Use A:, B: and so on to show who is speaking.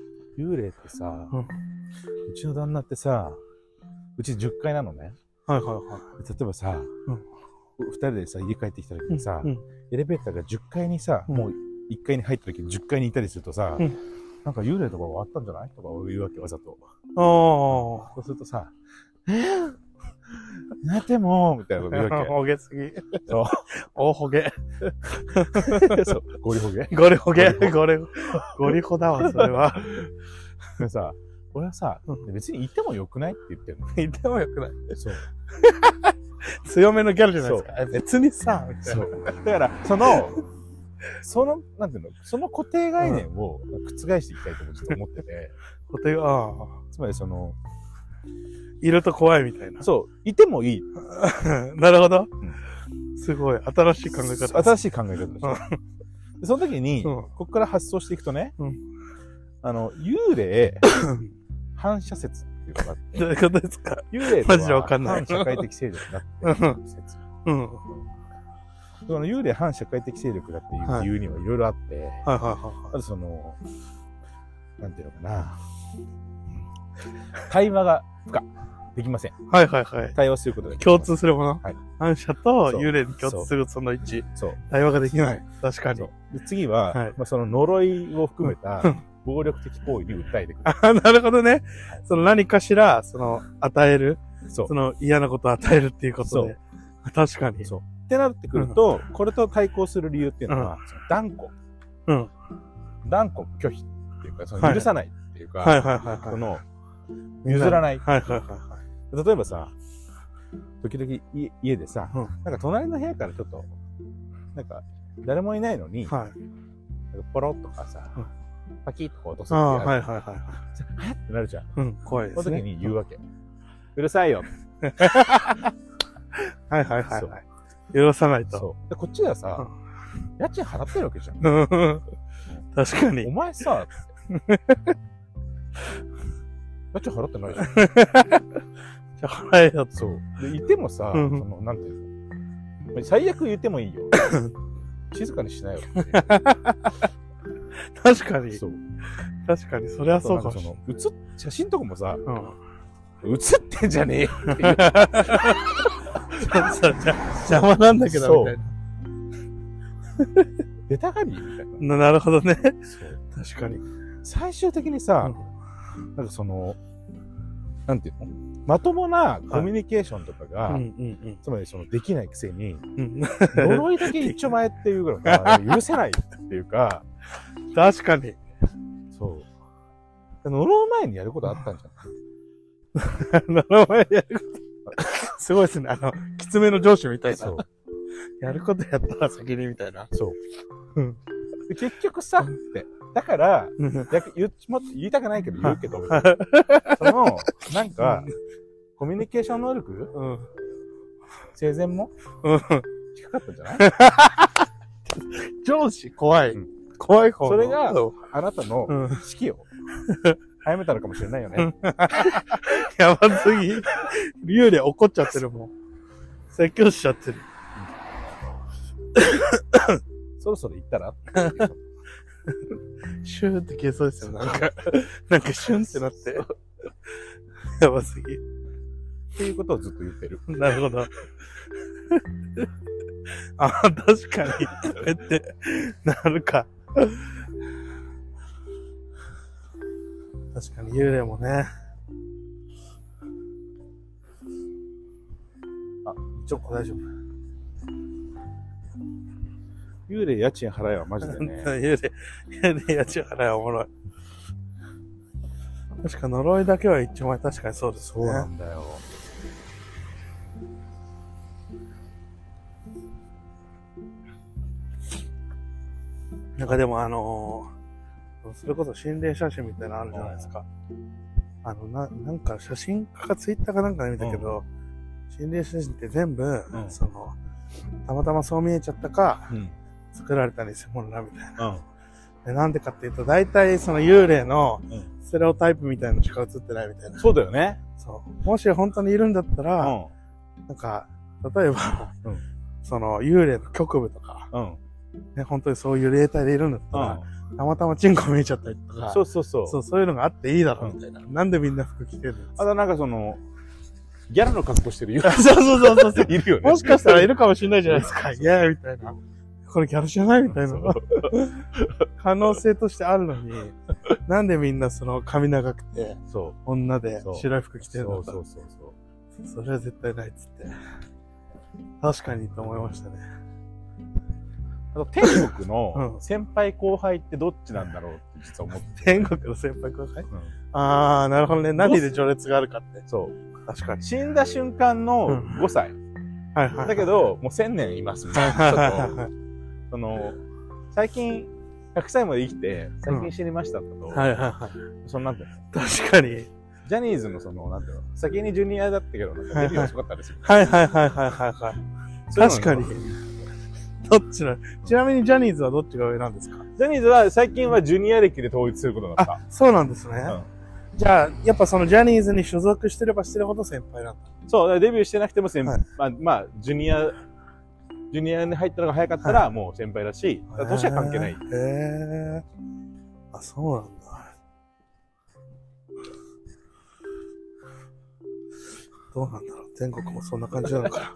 A: ってさ、
B: うん
A: うちの旦那ってさ、うち10階なのね。
B: はいはいはい。
A: 例えばさ、
B: うん
A: 二人でさ、家帰ってきた時にさ、
B: うんうん
A: エレベーターが10階にさ、
B: うん
A: もう1階に入った時に10階にいたりするとさ、
B: うん
A: なんか幽霊とかはあったんじゃないとか言うわけ、わざと。
B: あ
A: そうするとさ、えー、寝てもみたいなこと言う
B: あ。
A: わ
B: ほげすぎ。
A: そう。
B: おほげ。
A: け。そう、ゴリホゲ。
B: ゴリほげ。ゴリ、ゴリほ だわ、それは。
A: でさ、俺はさ
B: う、
A: 別にいてもよくないって言ってるの。
B: 言ってもよ くない。
A: そう。
B: 強めのギャルじゃないですか。別にさ、みたい
A: そ
B: な。
A: う。だから、その、その、なんていうの、その固定概念を覆していきたいとちょっと思ってて、
B: 固定が、ああ。
A: つまりその、
B: いると怖いみたいな。
A: そう、いてもいい。
B: なるほど
A: ん。
B: すごい。新しい考え方。
A: 新しい考え方でしょ。でその時に、
B: うん
A: ここから発想していくとね、
B: うん
A: あの、幽霊、反射説っていうのがあって、
B: どういうことですか
A: 幽霊
B: マジでわ
A: と
B: か
A: は
B: んない
A: 反社会的勢力だ
B: う
A: って
B: ん。
A: いう説。
B: うん。はい
A: その幽霊反社会的勢力だっていう理由にはいろいろあって、
B: はいはい
A: あ
B: は
A: とその、なんていうのかな、対話が不可、できません。
B: い。はいはいはい。
A: 対話することができません
B: 共通するもの
A: はい
B: 反射と
A: そう
B: 幽霊に共通するその位置。
A: そう。
B: 対話ができない。確かに。
A: で次は、
B: はい
A: まあ、その呪いを含めた
B: うん
A: 暴力的行為に訴えてくる。
B: あ なるほどね。その何かしら、その、与える。
A: そう
B: そ。の嫌なことを与えるっていうこと
A: そ
B: で
A: う。
B: 確かに。
A: そう。ってなってくると、これと対抗する理由っていうのは、その断固、
B: うん。
A: 断固拒否っていうか、そ
B: は
A: の
B: い
A: 許さないっていうか、
B: はいはいはい
A: そ
B: は
A: の、
B: い。
A: 譲らない。
B: はいはいはいは
A: 例えばさ、時々家家でさ、
B: うん
A: なんか隣の部屋からちょっと、なんか、誰もいないのに、
B: い。はい。
A: なんかポロッとかさ、
B: う
A: パキッとこう落とす時あ
B: ああ、
A: る
B: はいはいはいは
A: ってなるじゃん。
B: い。うん、怖いで
A: そ
B: す
A: の
B: ね。
A: 時に言うわけ。うるさいよ。
B: はいはいはい
A: そう
B: はい。許さないと。
A: そう。で、こっちがさ、家賃払ってるわけじゃん。
B: うんうん 確かに
A: お。前 さ、家賃払ってないじゃん。
B: じゃあ払えよと。
A: そう。で、いてもさ、そ
B: うん
A: の、なんていうの最悪言ってもいいよ。静かにしなよっていう。
B: 確かに。
A: そう。
B: 確かに。それはそうかもしれ
A: そ
B: な
A: の
B: い。、
A: 写っ、写真とかもさ、
B: うん。
A: 写ってんじゃねえよっていう。
B: そうじゃ邪魔なんだけど、
A: そう
B: みたい
A: 出たがりみたいな。
B: な。ななるほどね。
A: そう。
B: 確かに。
A: 最終的にさ、なんかその、なんていうのまともなコミュニケーションとかが、
B: うんうん
A: つまりそのできないくせ に、
B: うんうん。
A: 呪いだけ一丁前っていうぐらい、許せないっていうか、
B: 確かに。
A: そう。呪う前にやることあったんじゃない
B: あの名前やること。 すごいですね。あの、きつめの上司みたいな。
A: そう。
B: やることやったら先にみたいな。
A: そう。
B: うん
A: で結局さ、って。だから、
B: うん
A: や言っちもっと言いたくないけど言うけど、その、なんか、コミュニケーション能力
B: うん。
A: 生前も
B: うん。
A: 低かったんじゃない
B: 上司怖い。
A: うん
B: 怖い方の
A: それが
B: う
A: あなたの
B: ん。
A: 式を早めたのかもしれないよね。
B: やばすぎ。竜で怒っちゃってるもん。説教しちゃってる。
A: そろそろ行ったら
B: シューって消えそうですよ、なんか。なんかシュンってなって。やばすぎ。
A: っていうことをずっと言ってる。
B: なるほど。あ、確かに。こうやって、 なるか。確かに幽霊もね。
A: ちょっと大丈夫。幽霊家賃払えはマジでね。
B: 幽霊、幽霊やち払いはおもろい。確か呪いだけは一丁前確かにそうですね。
A: そうなんだよ。
B: なんかでもあのーそれこそ心霊写真みたいなのあるじゃないですか。あの、な、なんか写真かツイッターかなんかで見たけど、心霊写真って全部、
A: うん
B: その、たまたまそう見えちゃったか、
A: うん。
B: 作られた偽物だみたいな。
A: うん。
B: でなんでかっていうと、大体その幽霊の
A: うん
B: ステレオタイプみたいなのしか映ってないみたいな。
A: そうだよね。
B: そう。もし本当にいるんだった
A: う
B: ら、
A: ん。
B: なんか、例えば、
A: うん
B: その幽霊の局部とか、
A: うん。
B: ね、本当にそういう霊体でいるんだったら、たまたまチンコ見えちゃったりとか、
A: そううそうそう。
B: そうそういうのがあっていいだろう
A: うん
B: みたいな。なんでみんな服着てるの
A: あとなんかその、ギャルの格好してるよ。
B: そうそうそうそうそう。
A: いるよね。
B: もしかしたらいるかもしれないじゃないですか。いやみたいな。これギャルじゃないみたいな
A: そう。
B: 可能性としてあ るのに、なんでみんなその髪長くて、
A: そう。
B: 女で
A: そう
B: 白い服着て
A: そ
B: るの
A: う
B: か
A: そうそうそう。
B: それは絶対ないっつって。確かにと思いましたね。
A: あと天国
B: う
A: の
B: ん
A: 先輩後輩ってどっちなんだろうって実は思って。
B: 天国の先輩後輩
A: うん
B: あー、なるほどね。何で序列があるかって。
A: そう。
B: 確かに。
A: 死んだ瞬間
B: う
A: の
B: ん
A: 5歳。
B: はいはい。
A: だけ、ど、もう1000年い ますみた
B: はいい
A: な。
B: はい
A: ちょ
B: はい
A: っ
B: は
A: と
B: い。
A: その、最近、100歳まで生きて、最近死にましただと、
B: はいはいはい。
A: そのなんていうの
B: 確かに。
A: ジャニーズのその、なんていうの先にジュニアだったけど、なんかデビュー遅かったですよ。
B: はいはいはいはいはいはい。
A: そういうの
B: 確かに。どっちなちなみにジャニーズはどっちが上なんですか
A: ジャニーズは最近はジュニア歴で統一することになった。
B: そうなんですね。
A: うん
B: じゃあ、やっぱそのジャニーズに所属してればしてるほど先輩なんだ。
A: そう、だからデビューしてなくても先、
B: はい
A: まあ、まあ、ジュニア、ジュニアに入ったのが早かったら、もう先輩だし、だから年は関係ない
B: へ。え。あ、そうなんだ。どうなんだろう天国もそんな感じなのか